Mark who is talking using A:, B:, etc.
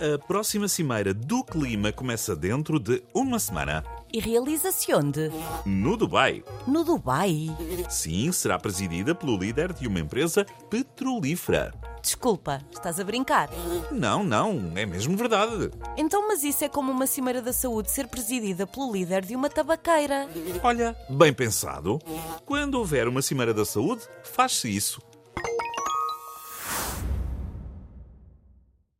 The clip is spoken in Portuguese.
A: A próxima Cimeira do Clima começa dentro de uma semana,
B: E realiza-se onde?
A: no Dubai.
B: No Dubai.
A: Sim, será presidida pelo líder de uma empresa petrolífera.
B: Desculpa, estás a brincar.
A: Não, não, é mesmo verdade.
B: Então, mas isso é como uma Cimeira da Saúde ser presidida pelo líder de uma tabaqueira.
A: Olha, bem pensado. Quando houver uma Cimeira da Saúde, faz-se isso.